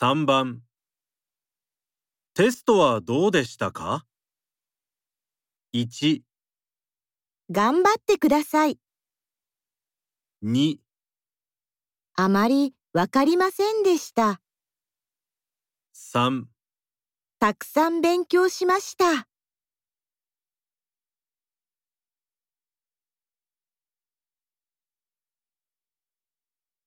3番テストはどうでしたか ?1、頑張ってください。 2、あまりわかりませんでした。 3たくさん勉強しました。